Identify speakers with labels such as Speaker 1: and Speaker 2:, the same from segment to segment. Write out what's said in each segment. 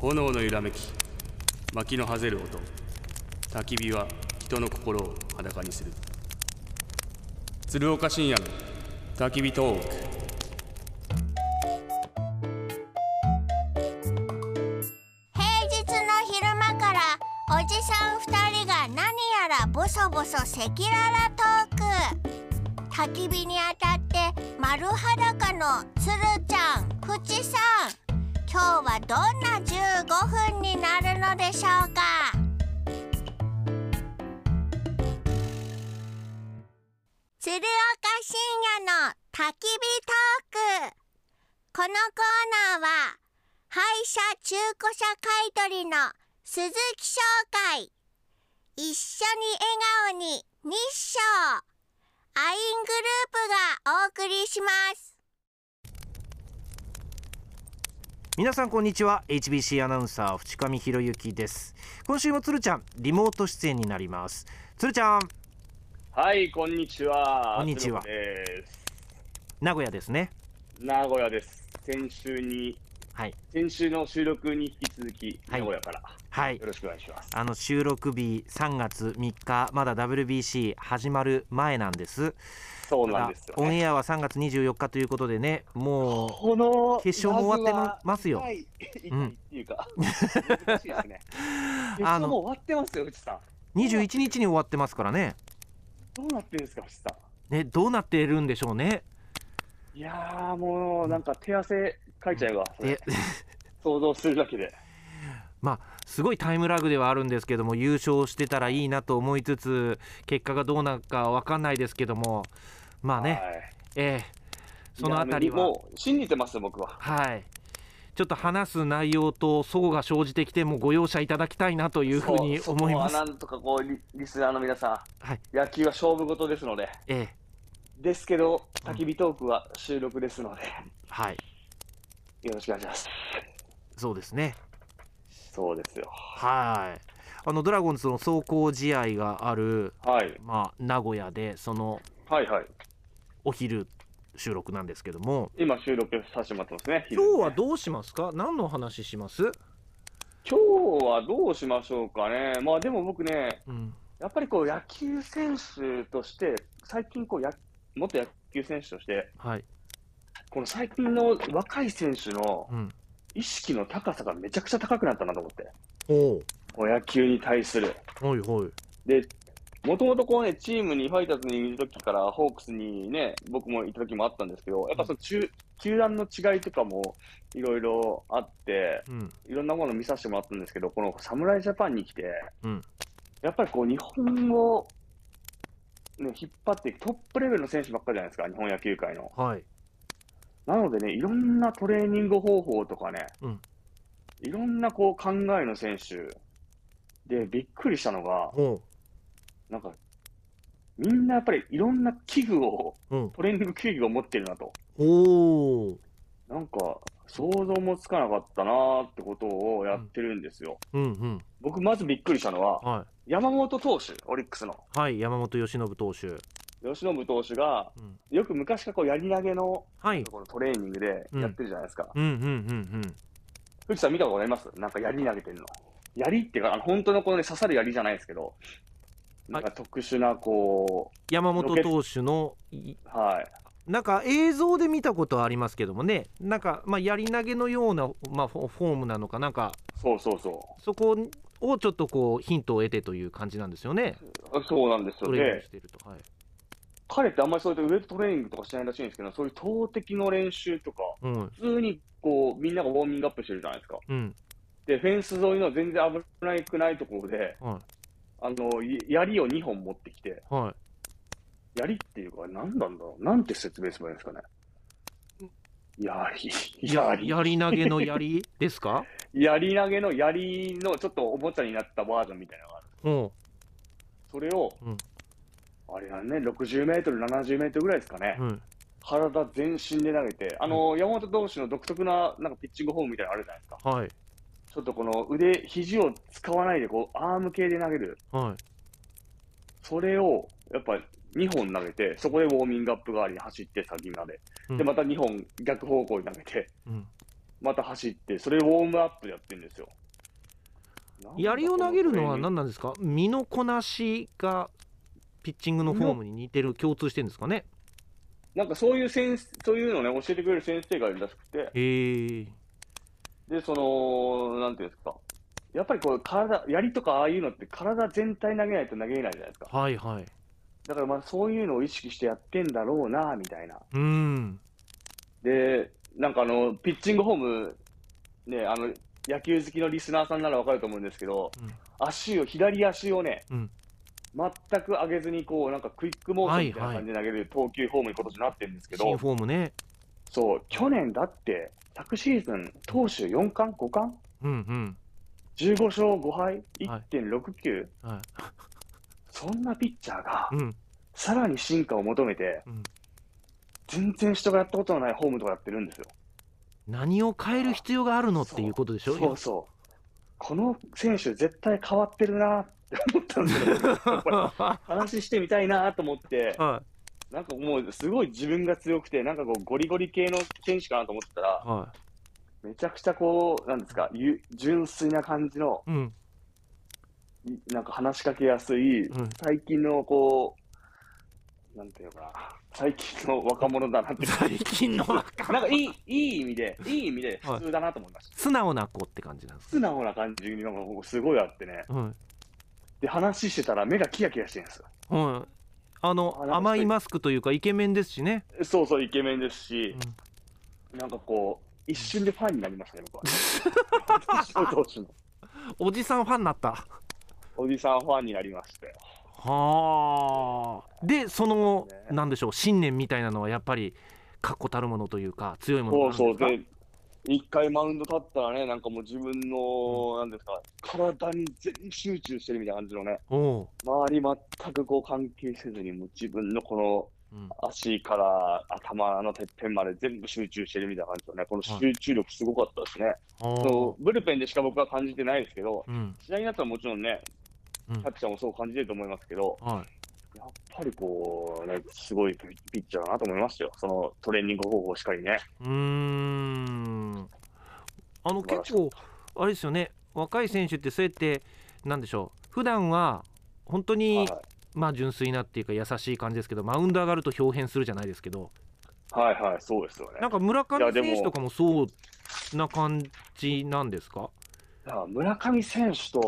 Speaker 1: 炎の揺らめき薪のはぜる音焚き火は人の心を裸にする鶴岡深夜の焚き火トーク
Speaker 2: 平日の昼間からおじさん2人が何やらボソボソ赤裸々トーク焚き火に当たって丸裸のつるちゃんふちさん今日はどんな15分になるのでしょうか鶴岡深夜の焚き火トークこのコーナーは廃車中古車買取の鈴木紹介一緒に笑顔に日照アイングループがお送りします
Speaker 3: 皆さんこんにちは HBC アナウンサー淵上博之です今週もつるちゃんリモート出演になりますつるちゃん
Speaker 4: はい、こんにちは。
Speaker 3: こんにちは
Speaker 4: つるこです
Speaker 3: 名古屋ですね
Speaker 4: 名古屋です。先週に、
Speaker 3: はい
Speaker 4: 先週の収録に引き続き、
Speaker 3: は
Speaker 4: 名
Speaker 3: い
Speaker 4: 古屋から、
Speaker 3: はい
Speaker 4: よろしくお願いします。
Speaker 3: あの収録日3月3日まだ WBC 始まる前なんです
Speaker 4: そうなんですよ、
Speaker 3: オン
Speaker 4: ね。
Speaker 3: エアは3月24日ということでねも
Speaker 4: この
Speaker 3: 決勝も終わってま
Speaker 4: ずは
Speaker 3: ますよ
Speaker 4: はい、痛
Speaker 3: うん
Speaker 4: いっていう か、難しいですね。決
Speaker 3: あ
Speaker 4: 勝
Speaker 3: の
Speaker 4: もう終わってますよ、藤さん。
Speaker 3: う21日に終わってますからね
Speaker 4: どうなってるんですか、藤さ
Speaker 3: ねどうなっているんでしょうね
Speaker 4: ん。いやー、もうなんか手汗かいちゃうわ、それ
Speaker 3: え
Speaker 4: 想像するだけで。
Speaker 3: まあすごいタイムラグではあるんですけども優勝してたらいいなと思いつつ結果がどうなるかわかんないですけどもまあね、
Speaker 4: はい
Speaker 3: ええそのあたり
Speaker 4: いや
Speaker 3: は、
Speaker 4: もう信じてます、僕は。
Speaker 3: はい、ちょっと話す内容と齟齬が生じてきてもご容赦いただきたいなというふうに
Speaker 4: そ
Speaker 3: 思いま
Speaker 4: そこ
Speaker 3: す
Speaker 4: は。なんとかこうリ、リスナーの皆さん、
Speaker 3: はい
Speaker 4: 野球は勝負事ですので、
Speaker 3: ええ
Speaker 4: ですけど、焚き火トークは収録ですので、
Speaker 3: はい、
Speaker 4: よろしくお願いします。
Speaker 3: そうですね。
Speaker 4: そうですよ。
Speaker 3: はい。あのドラゴンズの壮行試合がある
Speaker 4: はい。
Speaker 3: まあ名古屋でその
Speaker 4: はいはい。
Speaker 3: お昼収録なんですけども、
Speaker 4: 今収録させてもらってますね。
Speaker 3: 今日は
Speaker 4: 昼
Speaker 3: どうしますか？何の話します？
Speaker 4: 今日はどうしましょうかね。まあでも僕ね、
Speaker 3: うん、
Speaker 4: やっぱりこう野球選手として、最近こうや、元野球選手として、
Speaker 3: はい、
Speaker 4: この最近の若い選手の
Speaker 3: うん、
Speaker 4: 意識の高さがめちゃくちゃ高くなったなと思って。
Speaker 3: おお、
Speaker 4: こう野球に対する。
Speaker 3: はいはい、
Speaker 4: で、もともとこうね、チームにファイターズにいるときから、ホークスにね、僕もいたときもあったんですけど、やっぱその中、球団の違いとかもいろいろあって、
Speaker 3: うん、
Speaker 4: いろんなもの見させてもらったんですけど、この侍ジャパンに来て、
Speaker 3: うん
Speaker 4: やっぱりこう、日本を、ね、引っ張っていくトップレベルの選手ばっかりじゃないですか、日本野球界の。
Speaker 3: はい、
Speaker 4: なのでね、いろんなトレーニング方法とかね、
Speaker 3: うん
Speaker 4: いろんなこう考えの選手で、びっくりしたのが、
Speaker 3: おう、
Speaker 4: なんか、みんなやっぱりいろんな器具を、
Speaker 3: うん、
Speaker 4: トレーニング器具を持ってるなと。
Speaker 3: おお、
Speaker 4: なんか、想像もつかなかったなーってことをやってるんですよ。
Speaker 3: うんうん、
Speaker 4: 僕、まずびっくりしたのは、
Speaker 3: は
Speaker 4: 山本投手、オリックスの。
Speaker 3: い、はい、山本由伸投手、
Speaker 4: 吉信投手が、
Speaker 3: うん、
Speaker 4: よく昔からこう、やり投げの
Speaker 3: はい、
Speaker 4: このトレーニングでやってるじゃないですか。
Speaker 3: うんうんうん
Speaker 4: 藤さん見たことありますなんか槍投げてんの。槍っていうか、あの本当のこのね、刺さる槍じゃないですけど、なんか特殊な、こ
Speaker 3: 山本投手のい
Speaker 4: うん、はい。
Speaker 3: なんか映像で見たことはありますけどもねなんかまあやり投げのような、まあ、フォフォームなのかなんか
Speaker 4: そうそうそ
Speaker 3: そこをちょっとこうヒントを得てという感じなんですよね
Speaker 4: う。そうなんですよ。
Speaker 3: トレーニング
Speaker 4: で、
Speaker 3: してると、はい
Speaker 4: 彼ってあんまりそうやってウェイトトレーニングとかしないらしいんですけど、そういう投擲の練習とか、
Speaker 3: うん
Speaker 4: 普通にこう、みんながウォーミングアップしてるじゃないですか。
Speaker 3: うん
Speaker 4: で、フェンス沿いの全然危ないくないところで、
Speaker 3: は
Speaker 4: あの、い槍を2本持ってきて、
Speaker 3: いは
Speaker 4: 槍っていうか、何なんだろうなんて説明すればいいんですかね。槍、
Speaker 3: いや
Speaker 4: 槍。
Speaker 3: やり投げのやりですか
Speaker 4: やり投げの槍のちょっとおもちゃになったバージョンみたいなのがある。
Speaker 3: うん
Speaker 4: それを、
Speaker 3: うん
Speaker 4: あれだね、60メートル、70メートルぐらいですかね、
Speaker 3: うん
Speaker 4: 体全身で投げて、あの、山本投手の独特ななんかピッチングフォームみたいなのあるじゃないですか。
Speaker 3: はい
Speaker 4: ちょっとこの腕、肘を使わないで、こう、アーム系で投げる。
Speaker 3: はい
Speaker 4: それを、やっぱ2本投げて、そこでウォーミングアップ代わりに走って、先まで。
Speaker 3: うん
Speaker 4: で、また2本逆方向に投げて、
Speaker 3: うん
Speaker 4: また走って、それウォームアップでやってるんですよ。なんだ
Speaker 3: 槍を投げるの
Speaker 4: こトレー
Speaker 3: は
Speaker 4: ニング
Speaker 3: 何なんですか身のこなしがピッチングのフォームに似てる共通してるんですかね
Speaker 4: なんかそういう先生そういうのをね、教えてくれる先生がいるらしくて、
Speaker 3: へえ
Speaker 4: で、その、なんていうんですか、やっぱりこう、体、槍とかああいうのって、体全体投げないと投げれないじゃないですか。
Speaker 3: はいはい
Speaker 4: だからまあ、そういうのを意識してやってんだろうな、みたいな。
Speaker 3: うん
Speaker 4: で、なんかあの、ピッチングフォーム、ね、あの、野球好きのリスナーさんならわかると思うんですけど、
Speaker 3: うん
Speaker 4: 足を、左足をね、
Speaker 3: うん
Speaker 4: 全く上げずに、こう、なんかクイックモーションみたいな感じで投げる投球フォームに今年なってるんですけど、
Speaker 3: 新フォームね
Speaker 4: そう、去年だって、昨シーズン、投手4冠、5冠、
Speaker 3: うん
Speaker 4: 15勝5敗、
Speaker 3: はい
Speaker 4: 1.69、
Speaker 3: うんはい
Speaker 4: そんなピッチャーが、
Speaker 3: うん
Speaker 4: さらに進化を求めて、
Speaker 3: うん
Speaker 4: 全然人がやったことのないホームとかやってるんですよ。
Speaker 3: 何を変える必要があるのっていうことでしょ
Speaker 4: そうそう。この選手、絶対変わってるなって思ったんですけど、 やっぱり
Speaker 3: は
Speaker 4: 話してみたいなと思 って、
Speaker 3: い
Speaker 4: なんかもう、すごい自分が強くて、なんかこう、ゴリゴリ系の選手かなと思ってたら、
Speaker 3: は
Speaker 4: めちゃくちゃこう、なんですか、ゆ純粋な感じの、
Speaker 3: いうん
Speaker 4: いなんか話しかけやすい、
Speaker 3: うん
Speaker 4: 最近のこう、なんていうのかな、最近の若者だなって、
Speaker 3: 最近の若
Speaker 4: なんか いいいい意味で、いい意味で
Speaker 3: はい
Speaker 4: 普通だなと思いました。
Speaker 3: 素直な子って感じなんですか
Speaker 4: 素直な感じのが僕すごいあってね、
Speaker 3: はい
Speaker 4: で、話してたら目がキラキラしてるんですよ。
Speaker 3: はいあの
Speaker 4: あなんか
Speaker 3: 甘いマスクというかイケメンですしね
Speaker 4: そうそう、イケメンですし、
Speaker 3: うん
Speaker 4: なんかこう、一瞬でファンになりましたね、僕 は。本当に投手の
Speaker 3: おじさんファンになった
Speaker 4: おじさんファンになりまして。
Speaker 3: はあでその後
Speaker 4: ね
Speaker 3: なんでしょう信念みたいなのはやっぱり確固たるものというか強いものが
Speaker 4: そう
Speaker 3: あるん
Speaker 4: そ
Speaker 3: で
Speaker 4: う、
Speaker 3: すか
Speaker 4: で、一回マウンド立ったらね、なんかもう自分の、なんですか、体に全集中してるみたいな感じのね、
Speaker 3: おう
Speaker 4: 周り全くこう関係せずに、もう自分のこ
Speaker 3: うん
Speaker 4: の足から頭のてっぺんまで全部集中してるみたいな感じのね、この
Speaker 3: はい
Speaker 4: 集中力すごかったですね。
Speaker 3: お
Speaker 4: そうブルペンでしか僕は感じてないですけど、
Speaker 3: ううん
Speaker 4: 試合になったらもちろんね、
Speaker 3: うん
Speaker 4: キャッチャーもそう感じてると思いますけど、
Speaker 3: はい
Speaker 4: やっぱりこう、ね、すごいピッチャーだなと思いましたよ、そのトレーニング方法しかりね。
Speaker 3: うーんあの
Speaker 4: 素晴らし
Speaker 3: 結構あれですよね若い選手ってそうやってなんでしょう普段は本当に、
Speaker 4: はい
Speaker 3: まあ純粋なっていうか優しい感じですけどマウンド上がると表変するじゃないですけど
Speaker 4: はいはい、そうですよね。
Speaker 3: なんか村
Speaker 4: いや
Speaker 3: 上
Speaker 4: でも
Speaker 3: 選手とかもそうな感じなんですか、
Speaker 4: だから村上選手と
Speaker 3: う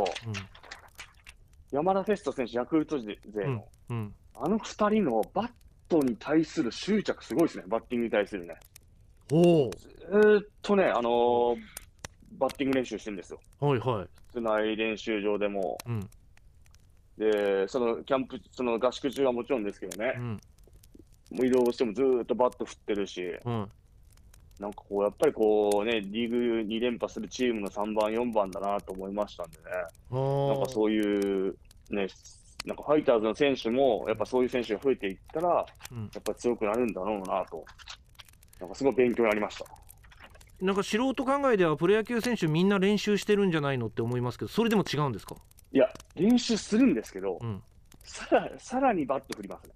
Speaker 4: 山田哲人選手、ヤクルト勢の、
Speaker 3: んうん、
Speaker 4: あの二人のバットに対する執着、すごいですね、バッティングに対するね。
Speaker 3: お
Speaker 4: ずーっとね、あのーバッティング練習してるんですよ、
Speaker 3: おはいはい
Speaker 4: 室内練習場でも。
Speaker 3: うん
Speaker 4: で、そのキャンプ、その合宿中はもちろんですけどね
Speaker 3: う、ん
Speaker 4: もう移動してもずーっとバット振ってるし、
Speaker 3: うん
Speaker 4: なんかこう、やっぱりこうね、リーグ2連覇するチームの3番、4番だなと思いましたんでね。な
Speaker 3: な
Speaker 4: んかそういう、ね、なんかファイターズの選手も、やっぱそういう選手が増えていったら、
Speaker 3: うん
Speaker 4: やっぱ強くなるんだろうなと、なんかすごい勉強になりました。
Speaker 3: なんか素人考えではプロ野球選手みんな練習してるんじゃないのって思いますけどそれでも違うんですか
Speaker 4: いや、練習するんですけど、
Speaker 3: うん
Speaker 4: さらさらにバット振りますね。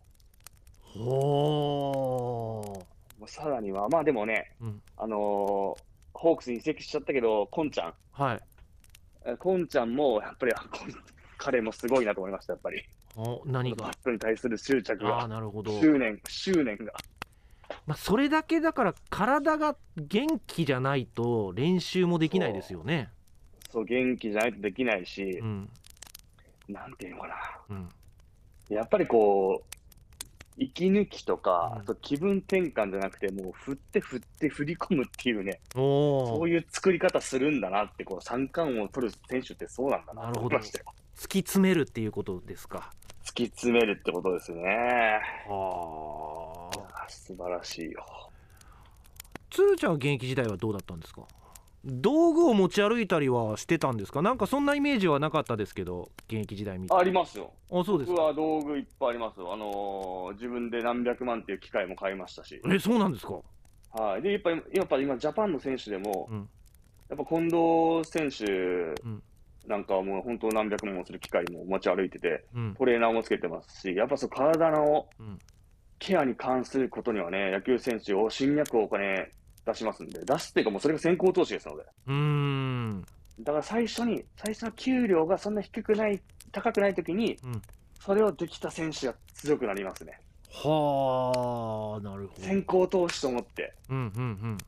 Speaker 3: ほ
Speaker 4: もうさらには、まあでもね、
Speaker 3: うん
Speaker 4: あのーホークスに移籍しちゃったけど、コンちゃん
Speaker 3: ーはい
Speaker 4: え、コンちゃんもやっぱり、あこん彼もすごいなと思いました、やっぱり。
Speaker 3: お何
Speaker 4: バ
Speaker 3: が
Speaker 4: ットに対する執着
Speaker 3: ああ
Speaker 4: が、
Speaker 3: なるほど、
Speaker 4: 執念、執念が。
Speaker 3: まあ、それだけだから体が元気じゃないと練習もできないですよね
Speaker 4: そう、元気じゃないとできないし
Speaker 3: う、ん
Speaker 4: なんていうのかな。
Speaker 3: うん
Speaker 4: やっぱりこう、息抜きとか、
Speaker 3: うん
Speaker 4: あと気分転換じゃなくて、もう振って振って振り込むっていうね、
Speaker 3: お
Speaker 4: そ
Speaker 3: お
Speaker 4: ういう作り方するんだなって、こう、三冠王を取る選手ってそうなんだな
Speaker 3: なる
Speaker 4: と
Speaker 3: ほ
Speaker 4: 思い
Speaker 3: ど
Speaker 4: ましたよ。
Speaker 3: 突き詰めるっていうことですか
Speaker 4: 突き詰めるってことですね。
Speaker 3: はあ
Speaker 4: 素晴らしいよ。
Speaker 3: つるちゃんは現役時代はどうだったんですか道具を持ち歩いたりはしてたんですかなんかそんなイメージはなかったですけど現役時代見て
Speaker 4: ありますよ。
Speaker 3: あそうです
Speaker 4: 僕
Speaker 3: か
Speaker 4: は道具いっぱいありますよ。あのー自分で何百万っていう機械も買いましたし。
Speaker 3: えそうなんですか
Speaker 4: はい。で、やっぱり、やっぱ今、ジャパンの選手でも、
Speaker 3: うん
Speaker 4: やっぱ近藤選手
Speaker 3: うん
Speaker 4: なんかはもう本当何百万もする機械も持ち歩いてて、
Speaker 3: うん
Speaker 4: トレーナーもつけてますし、やっぱそう体の
Speaker 3: うん
Speaker 4: ケアに関することにはね、野球選手を侵略をお金出しますんで、出すっていうかもうそれが先行投資ですので。
Speaker 3: うーん
Speaker 4: だから最初に、最初の給料がそんな低くない、高くないときに、
Speaker 3: うん
Speaker 4: それをできた選手が強くなりますね。
Speaker 3: はあなるほど
Speaker 4: 先行投資と思って。
Speaker 3: うんうんうん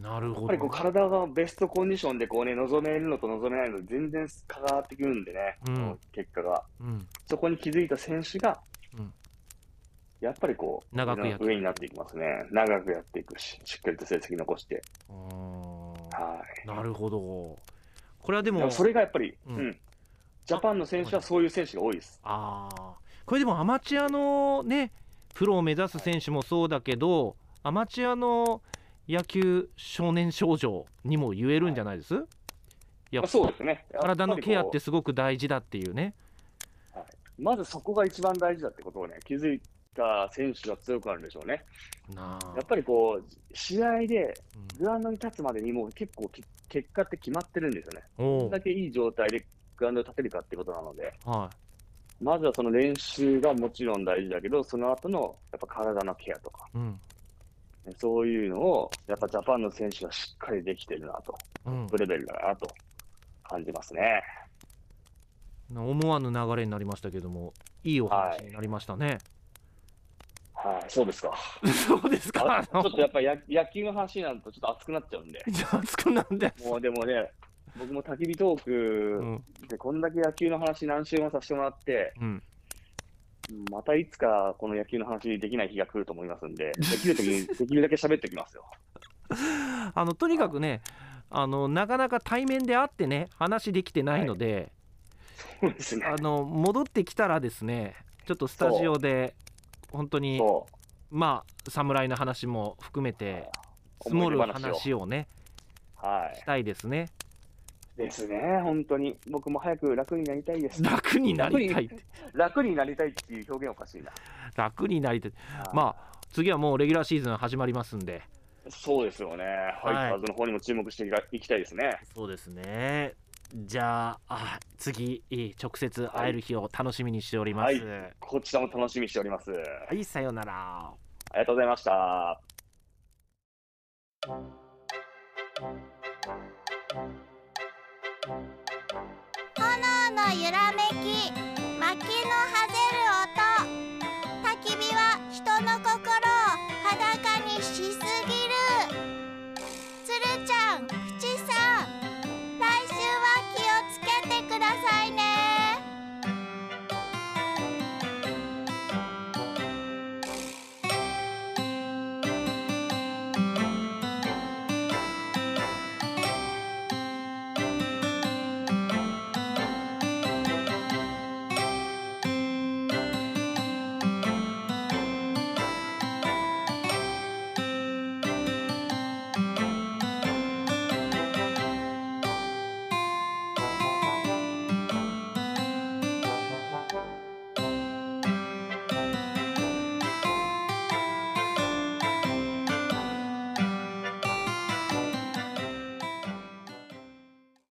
Speaker 3: なる
Speaker 4: やっ
Speaker 3: ほ
Speaker 4: ぱりこう
Speaker 3: ど
Speaker 4: 体がベストコンディションでこうね、望めるのと望めないので全然変わってくるんでね、
Speaker 3: うん
Speaker 4: この結果が。
Speaker 3: うん
Speaker 4: そこに気づいた選手が、
Speaker 3: うん
Speaker 4: やっぱりこう、
Speaker 3: 長くやって
Speaker 4: 上になっていきますね。長くやっていくし、しっかりと成績残して。
Speaker 3: うー
Speaker 4: は
Speaker 3: んなるほどこれはで
Speaker 4: い。で
Speaker 3: も
Speaker 4: もそれがやっぱり、
Speaker 3: う
Speaker 4: うんん、ジャパンの選手はそういう選手が多いです。
Speaker 3: ああこれでもアマチュアのねプロを目指す選手もそうだけどアマチュアの野球少年少女にも言えるんじゃないです、いや
Speaker 4: まあ、そうですね。
Speaker 3: 体のケ
Speaker 4: や
Speaker 3: アって
Speaker 4: ぱりこ
Speaker 3: すごく大事だっていうね
Speaker 4: う。まずそこが一番大事だってことをね、気づいた選手は強くなるでしょうね。
Speaker 3: なあ
Speaker 4: やっぱりこう、試合で
Speaker 3: うん
Speaker 4: グラウンドに立つまでにもう結構き結果って決まってるんですよね。
Speaker 3: お
Speaker 4: ど
Speaker 3: うん
Speaker 4: だけいい状態でグラウンドに立てるかってことなので、
Speaker 3: は
Speaker 4: まずはその練習がもちろん大事だけど、その後のやっぱ体のケアとか、
Speaker 3: い、うん
Speaker 4: ねそういうのをやっぱジャパンの選手はしっかりできてるなと、
Speaker 3: うん
Speaker 4: トップレベルだなと感じますね。
Speaker 3: 思わぬ流れになりましたけどもいいお話になりましたね、
Speaker 4: はい、そうですか。
Speaker 3: そうです
Speaker 4: あ
Speaker 3: か
Speaker 4: ちょっとやっぱや野球の話になるとちょっと熱くなっちゃ うんで、
Speaker 3: じゃあ熱くなんで
Speaker 4: もうでもね、僕も焚き火ト
Speaker 3: う
Speaker 4: ー
Speaker 3: ん
Speaker 4: クでこんだけ野球の話何週もさせてもらって、
Speaker 3: うん
Speaker 4: またいつかこの野球の話できない日が来ると思いますんで、できるときにできるだけ喋っておきますよ。
Speaker 3: あのとにかくねあのなかなか対面で会ってね話できてないので、
Speaker 4: そうですね。
Speaker 3: あの戻ってきたらですねちょっとスタジオで本当に
Speaker 4: そ
Speaker 3: まあ侍の話も含めて
Speaker 4: う。
Speaker 3: 積もる
Speaker 4: 思い出話を。
Speaker 3: 話をね
Speaker 4: は
Speaker 3: したいですね
Speaker 4: い。ですね、本当に。僕も早く楽になりたいです。
Speaker 3: 楽になりたいって
Speaker 4: 楽になりたいっていう表現おかしいな。
Speaker 3: 楽になりたいまあ次はもうレギュラーシーズン始まりますんで
Speaker 4: あ、そうですよね。ファイターズの方にも注目していかいきたいですね。
Speaker 3: そうですねじゃああ次直接会える日を楽しみにしております
Speaker 4: はいこちらも楽しみにしております。
Speaker 3: はい、さようなら
Speaker 4: ありがとうございました。
Speaker 2: 炎の揺らめき薪のはぜる音